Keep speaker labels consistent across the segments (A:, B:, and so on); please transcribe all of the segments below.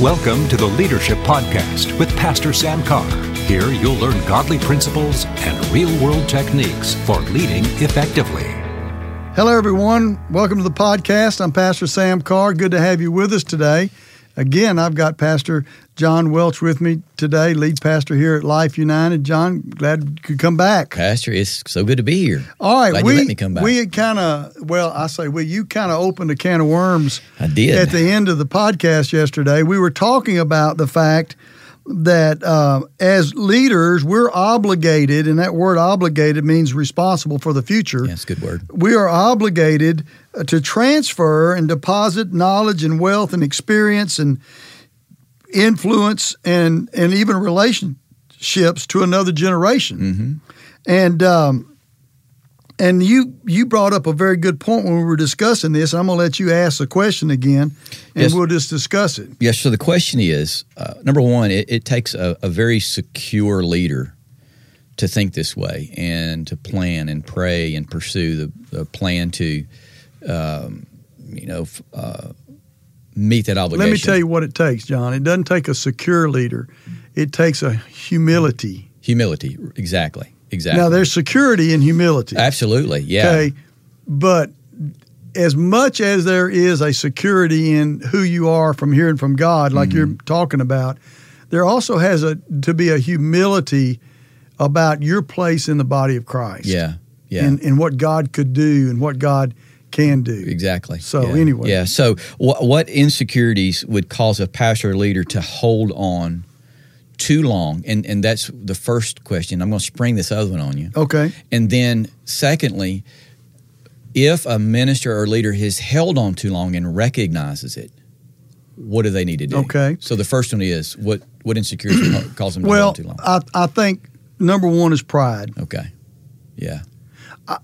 A: Welcome to the Leadership Podcast with Pastor Sam Carr. Here you'll learn godly principles and real world techniques for leading effectively.
B: Hello, everyone. Welcome to the podcast. I'm Pastor Sam Carr. Good to have you with us today. Again, I've got Pastor John Welch with me today, lead pastor here at Life United. John, glad you could come back.
C: Pastor, it's so good to be here.
B: All right,
C: Glad
B: we
C: you let me come back.
B: we kind of well, I say we you kind of opened a can of worms
C: I did.
B: at the end of the podcast yesterday. We were talking about the fact that uh, as leaders, we're obligated, and that word "obligated" means responsible for the future
C: That's a good word.
B: we are obligated uh, to transfer and deposit knowledge and wealth and experience and influence and and even relationships to another generation.
C: Mm-hmm.
B: And um, and you you brought up a very good point when we were discussing this. I'm going to let you ask the question again, and
C: Yes.
B: we'll just discuss it.
C: Yes, so the question is uh, number one, it, it takes a, a very secure leader to think this way and to plan and pray and pursue the, the plan to, um, you know, f- uh, meet that obligation.
B: Let me tell you what it takes, John. It doesn't take a secure leader; it takes a humility.
C: Humility, exactly. Exactly.
B: Now, there's security in humility.
C: Absolutely, yeah.
B: Okay. But as much as there is a security in who you are from hearing from God, like you're
C: Mm-hmm.
B: talking about, there also has a to be a humility about your place in the body of Christ.
C: Yeah, yeah.
B: And, and what God could do and what God can do.
C: Exactly.
B: So,
C: Yeah.
B: anyway.
C: yeah. So wh- what insecurities would cause a pastor or leader to hold on too long? And and that's the first question. I'm going to spring this other one on you.
B: Okay.
C: And then secondly, if a minister or leader has held on too long and recognizes it, what do they need to do?
B: Okay.
C: So the first one is what what insecurity ca- causes them to
B: Well,
C: hold on too long?
B: I, I think number one is pride.
C: okay. Yeah.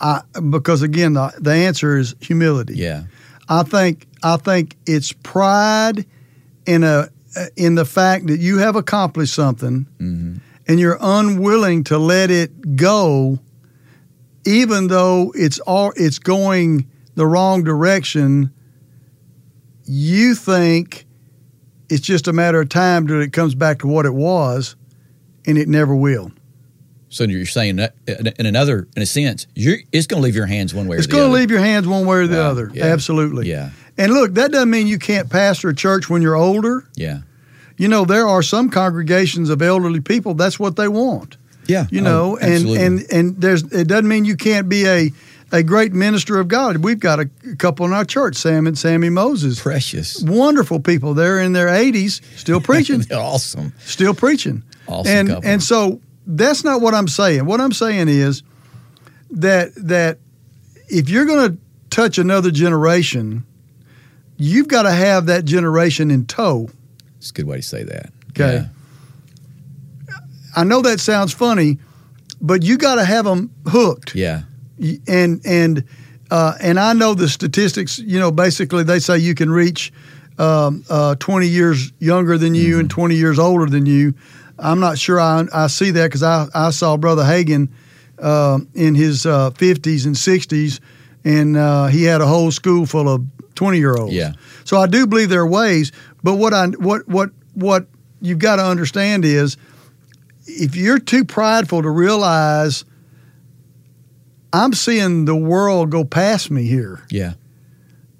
B: I, because again, the, the answer is humility.
C: Yeah.
B: I think I think it's pride in a in the fact that you have accomplished something
C: Mm-hmm.
B: and you're unwilling to let it go even though it's all it's going the wrong direction you think it's just a matter of time till it comes back to what it was and it never will
C: So you're saying that in in another in a sense, you're it's going to leave your hands one way
B: it's
C: or the other.
B: going to leave your hands one way or the
C: Wow,
B: other
C: yeah,
B: absolutely
C: Yeah.
B: and look that doesn't mean you can't pastor a church when you're older
C: Yeah.
B: you know there are some congregations of elderly people that's what they want
C: Yeah.
B: you
C: Oh,
B: know and
C: absolutely.
B: and and there's it doesn't mean you can't be a a great minister of god we've got a couple in our church sam and sammy moses
C: precious.
B: wonderful people they're in their 80s still preaching
C: They're awesome.
B: still preaching
C: Awesome
B: and
C: couple.
B: and so that's not what i'm saying what i'm saying is that that if you're going to touch another generation you've got to have that generation in tow
C: It's a good way to say that.
B: Okay.
C: Yeah.
B: I know that sounds funny, but you got to have them hooked.
C: Yeah.
B: Y- And and uh, and I know the statistics. You know, basically they say you can reach um, uh, 20 years younger than you
C: Mm-hmm.
B: and 20 years older than you. I'm not sure I I see that because I I saw Brother Hagen um in his uh, 50s and 60s, and uh, he had a whole school full of 20 year olds.
C: Yeah.
B: So I do believe there are ways, but what I what what what you've got to understand is if you're too prideful to realize I'm seeing the world go past me here.
C: Yeah.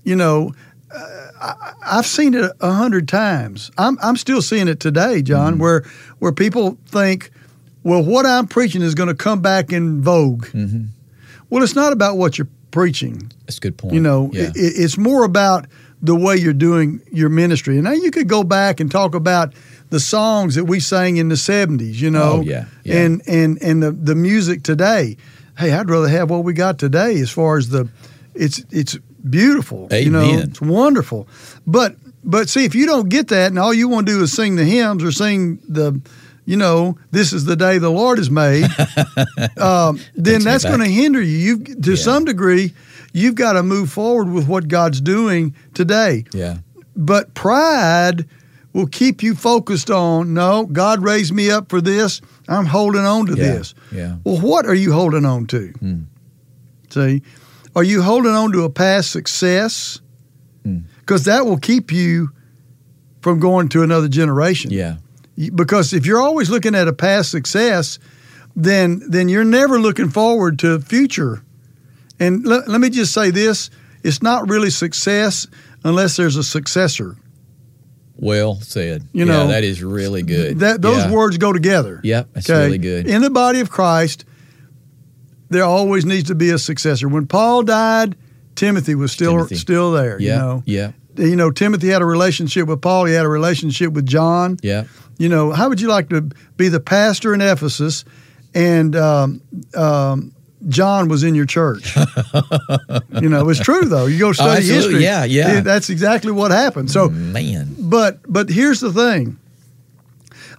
B: You know, uh, I, I've seen it a hundred times. I'm I'm still seeing it today, John, where where people think, well, what I'm preaching is going to come back in vogue. Well, it's not about what you're preaching.
C: That's a good point.
B: You know,
C: Yeah.
B: it, it's more about the way you're doing your ministry. And now you could go back and talk about the songs that we sang in the '70s. You know,
C: Oh, yeah, yeah.
B: and and and the the music today. Hey, I'd rather have what we got today as far as the it's it's beautiful. You know,
C: Amen.
B: it's wonderful. But but see, if you don't get that, and all you want to do is sing the hymns or sing the, you know, this is the day the Lord has made. um, then
C: Takes me
B: that's
C: back.
B: going to hinder you. You to some degree, you've got to move forward with what God's doing today.
C: yeah.
B: But pride will keep you focused on no, God raised me up for this. I'm holding on to
C: Yeah.
B: this.
C: Yeah.
B: Well, what are you holding on to?
C: Hmm.
B: See, are you holding on to a past success?
C: Hmm.
B: Because that will keep you from going to another generation.
C: Yeah.
B: You- Because if you're always looking at a past success, then then you're never looking forward to future. And let, let me just say this: it's not really success unless there's a successor.
C: Well said.
B: You
C: yeah,
B: know,
C: that is really good.
B: That those
C: yeah.
B: words go together.
C: Yep, that's really good.
B: In the body of Christ, there always needs to be a successor. When Paul died, Timothy was still
C: Timothy.
B: still there.
C: yeah,
B: You know,
C: yeah,
B: you know Timothy had a relationship with Paul. He had a relationship with John.
C: yeah,
B: You know, how would you like to be the pastor in Ephesus, and um, um, John was in your church? you know, it's true though. You go study
C: Oh, absolutely.
B: history.
C: Yeah, yeah. Mm-hmm.
B: That's exactly what happened. So
C: Man,
B: but but here's the thing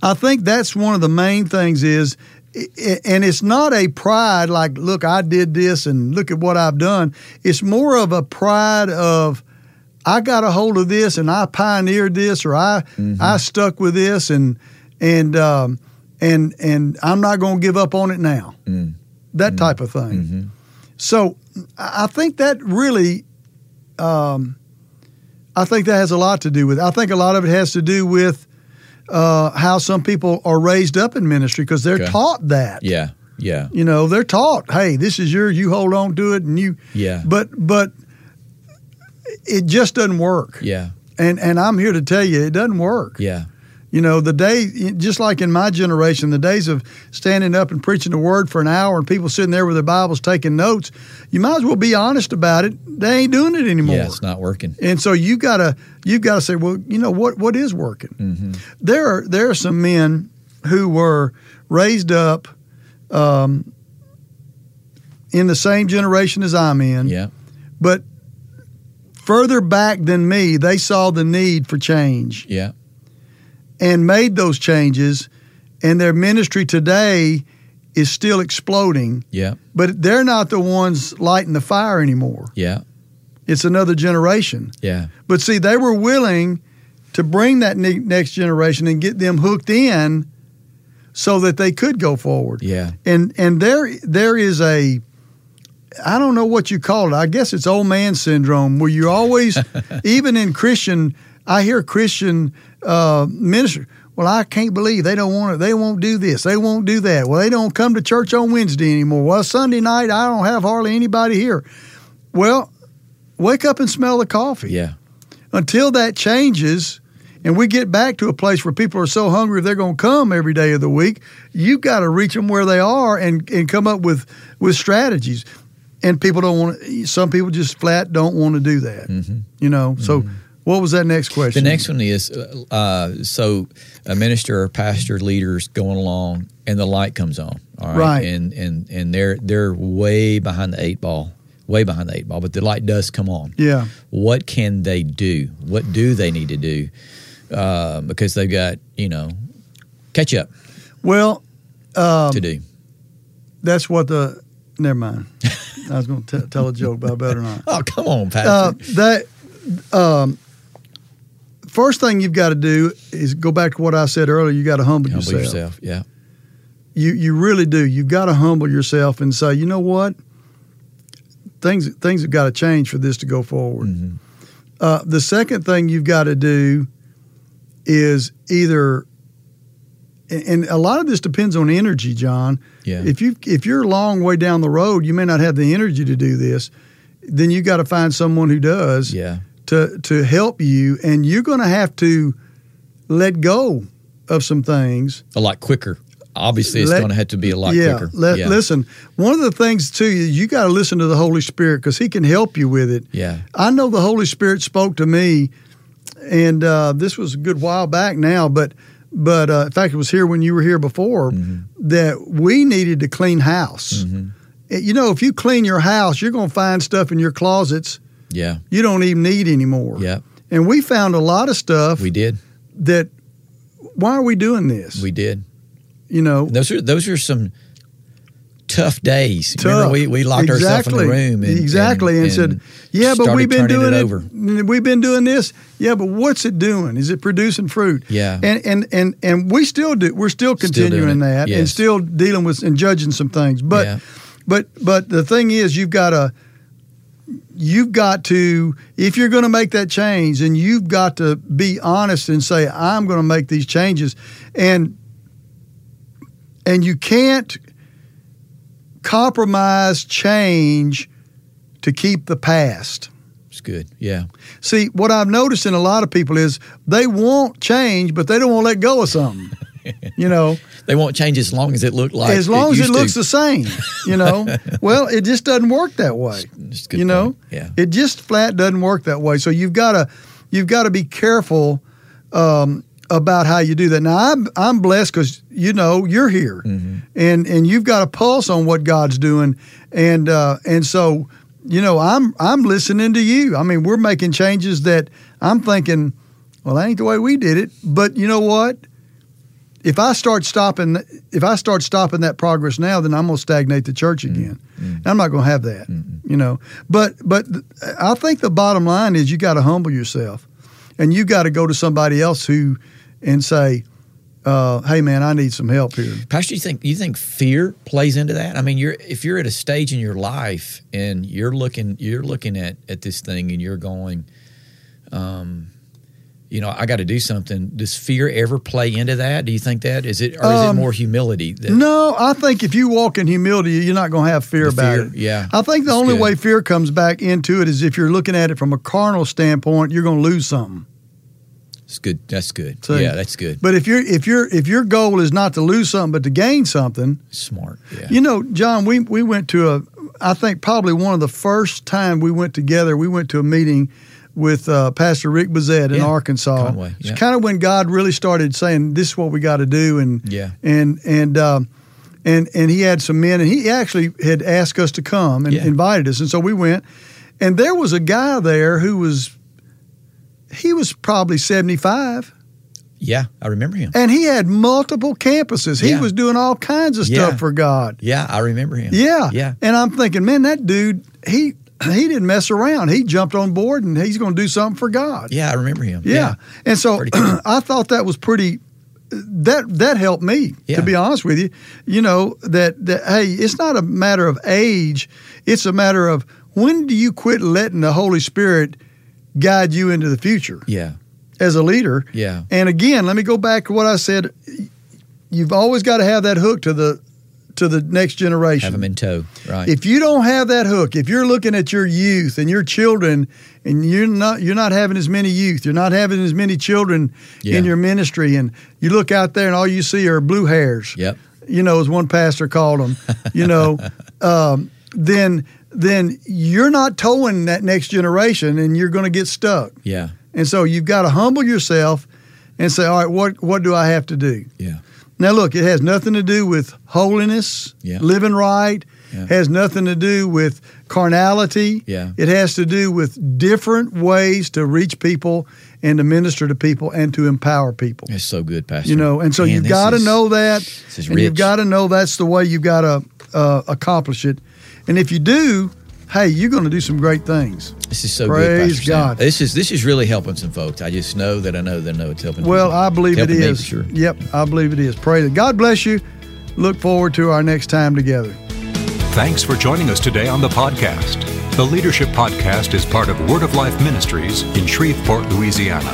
B: i think that's one of the main things is i- i- and it's not a pride like look i did this and look at what i've done it's more of a pride of i got a hold of this and i pioneered this or i
C: Mm-hmm.
B: i stuck with this and and um and and i'm not going to give up on it now
C: Mm.
B: that type of thing
C: Mm-hmm.
B: so i I think that really um, I think that has a lot to do with. I think a lot of it has to do with uh, how some people are raised up in ministry because they're
C: Okay.
B: taught that.
C: yeah, yeah,
B: You know, they're taught, hey, this is your, you hold on to it, and you.
C: Yeah.
B: But but it just doesn't work.
C: yeah,
B: And and I'm here to tell you, it doesn't work.
C: yeah,
B: You know, the day, just like in my generation, the days of standing up and preaching the word for an hour and people sitting there with their Bibles taking notes, you might as well be honest about it. They ain't doing it anymore.
C: yeah. It's not working.
B: And so you gotta you gotta say, well, you know what what is working?
C: Mm-hmm.
B: There are there are some men who were raised up um, in the same generation as I'm in,
C: Yeah,
B: but further back than me, they saw the need for change
C: yeah,
B: and made those changes, and their ministry today is still exploding.
C: yeah,
B: But they're not the ones lighting the fire anymore.
C: yeah,
B: It's another generation.
C: yeah,
B: But see, they were willing to bring that ne- next generation and get them hooked in so that they could go forward.
C: yeah,
B: And and there there is a I don't know what you call it. I guess it's old man syndrome where you're always even in Christian I hear Christian uh minister well, I can't believe they don't want it. They won't do this. They won't do that. Well, they don't come to church on Wednesday anymore. Well, Sunday night I don't have hardly anybody here. Well, wake up and smell the coffee
C: yeah,
B: until that changes and we get back to a place where people are so hungry they're going to come every day of the week you've got to reach them where they are and, and come up with, with strategies and people don't want to some people just flat don't want to do that you know so what was that next
C: The
B: question
C: next one is uh, uh, so a minister or pastor leaders going along, and the light comes on. All right,
B: Right.
C: and and and they're they're way behind the eight ball, way behind the eight ball, but the light does come on.
B: yeah
C: What can they do? What do they need to do? Uh, because they've got you know catch up
B: well Um,
C: to do.
B: that's what the never mind i was going to tell a joke but i better not
C: Oh come on, pastor.
B: uh, that um, first thing you've got to do is go back to what i said earlier you got to humble,
C: Humble
B: yourself.
C: yourself. Yeah,
B: you you really do. You've got to humble yourself and say, you know what, things things have got to change for this to go forward.
C: Mm-hmm.
B: Uh, the second thing you've got to do is either, and and a lot of this depends on energy, John.
C: yeah,
B: If you if you're a long way down the road, you may not have the energy to do this. Then you got to find someone who does
C: yeah,
B: to to help you, and you're going to have to let go of some things
C: a lot quicker. Obviously, it's
B: Let-
C: going to have to be a lot
B: yeah,
C: quicker.
B: let-
C: yeah,
B: listen. One of the things too, you, you got to listen to the Holy Spirit because He can help you with it.
C: yeah,
B: I know the Holy Spirit spoke to me, and uh, this was a good while back now, but but uh, in fact, it was here when you were here before
C: Mm-hmm.
B: that we needed to clean house. Eh, You know, if you clean your house, you're going to find stuff in your closets
C: yeah,
B: you don't even need anymore.
C: yeah.
B: And we found a lot of stuff
C: We did.
B: that. Why are we doing this?
C: We did.
B: you know,
C: Those are those are some tough days. Remember
B: Tough.
C: we, we locked ourselves in the room and
B: exactly, and, said, "Yeah, but
C: started
B: we've been
C: turning
B: doing
C: it
B: it.
C: over."
B: We've been doing this. Yeah, but what's it doing? Is it producing fruit?
C: Yeah.
B: and and and and we still do. We're still
C: Still doing
B: continuing
C: it,
B: that and
C: yes.
B: still dealing with and judging some things. But
C: Yeah.
B: but but the thing is, you've got to you've got to if you're going to make that change and you've got to be honest and say i'm going to make these changes and and you can't compromise change to keep the past
C: It's good. Yeah.
B: see what i've noticed in a lot of people is they want change but they don't want to let go of something you know
C: They won't change as long as it looked like.
B: as long as it
C: used
B: looks
C: to.
B: the same you know well it just doesn't work that way
C: It's a good
B: you know
C: point. Yeah.
B: it just flat doesn't work that way so you've got to you've got to be careful um, about how you do that now i'm i'm blessed because you know you're here and and you've got a pulse on what god's doing and uh and so you know i'm i'm listening to you i mean we're making changes that i'm thinking well that ain't the way we did it but you know what if I start stopping, if I start stopping that progress now, then I'm going to stagnate the church again. And I'm not going to have that, you know. But but th- I think the bottom line is you got to humble yourself, and you got to go to somebody else who, and say, uh, "Hey man, I need some help here."
C: Pastor, you think you think fear plays into that? I mean, you're if you're at a stage in your life and you're looking you're looking at at this thing and you're going, um, you know, I got to do something. Does fear ever play into that? Do you think that is it, or
B: Um,
C: is it more humility? That,
B: No, I think if you walk in humility, you're not going to have fear
C: The
B: about
C: fear,
B: it.
C: yeah.
B: I think the
C: That's
B: only
C: good.
B: way fear comes back into it is if you're looking at it from a carnal standpoint, you're going to lose something.
C: It's good. That's good.
B: See?
C: yeah, that's good.
B: But if your if your if your goal is not to lose something but to gain something,
C: Smart. Yeah.
B: you know, John, we we went to a I think probably one of the first time we went together. We went to a meeting with uh, Pastor Rick Bazette in
C: Yeah,
B: Arkansas.
C: Conway, yeah.
B: It's kind of when God really started saying, "This is what we got to do," and
C: Yeah.
B: and and. Um, and, and he had some men, and he actually had asked us to come and
C: Yeah.
B: invited us, and so we went. And there was a guy there who was, he was probably seventy five,
C: yeah, I remember him.
B: and he had multiple campuses. He
C: Yeah.
B: was doing all kinds of stuff
C: Yeah.
B: for God.
C: Yeah, I remember him.
B: Yeah.
C: Yeah.
B: And I'm thinking, man, that dude, he he didn't mess around. He jumped on board and he's going to do something for God.
C: Yeah, I remember him.
B: Yeah. And so
C: Pretty cool.
B: I thought that was pretty that that helped me
C: Yeah.
B: to be honest with you. You know that that hey, it's not a matter of age, it's a matter of when do you quit letting the Holy Spirit guide you into the future
C: Yeah.
B: as a leader?
C: Yeah.
B: And again, let me go back to what I said. You've always got to have that hook to the to the next generation.
C: Have him in tow. Right.
B: If you don't have that hook, if you're looking at your youth and your children, and you're not you're not having as many youth, you're not having as many children
C: Yeah.
B: in your ministry, and you look out there and all you see are blue hairs.
C: yep.
B: You know, as one pastor called them. You know, um, then then you're not towing that next generation, and you're going to get stuck.
C: Yeah.
B: And so you've got to humble yourself and say, all right, what what do I have to do?
C: Yeah.
B: Now, look, it has nothing to do with holiness,
C: Yeah.
B: living right.
C: Yeah.
B: Has nothing to do with carnality.
C: Yeah.
B: It has to do with different ways to reach people and to minister to people and to empower people.
C: That's so good, Pastor.
B: You know, and so
C: Man,
B: you've
C: this
B: got to
C: is-
B: know that,
C: this is
B: and you've
C: rich.
B: got to know that's the way you've got to uh, accomplish it. And if you do, hey, you're going to do some great things.
C: This is so good,
B: Praise
C: Pastor Sam.
B: God.
C: This is this is really helping some folks. I just know that I know that I know it's helping.
B: Well,
C: people.
B: I believe it
C: Helping me for
B: is.
C: sure.
B: Yep, I believe it is. Pray that God bless you. Look forward to our next time together.
A: Thanks for joining us today on the podcast. The Leadership Podcast is part of Word of Life Ministries in Shreveport, Louisiana.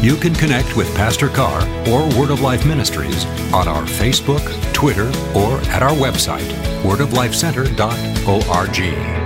A: You can connect with Pastor Carr or Word of Life Ministries on our Facebook, Twitter, or at our website, wordoflifecenter.org.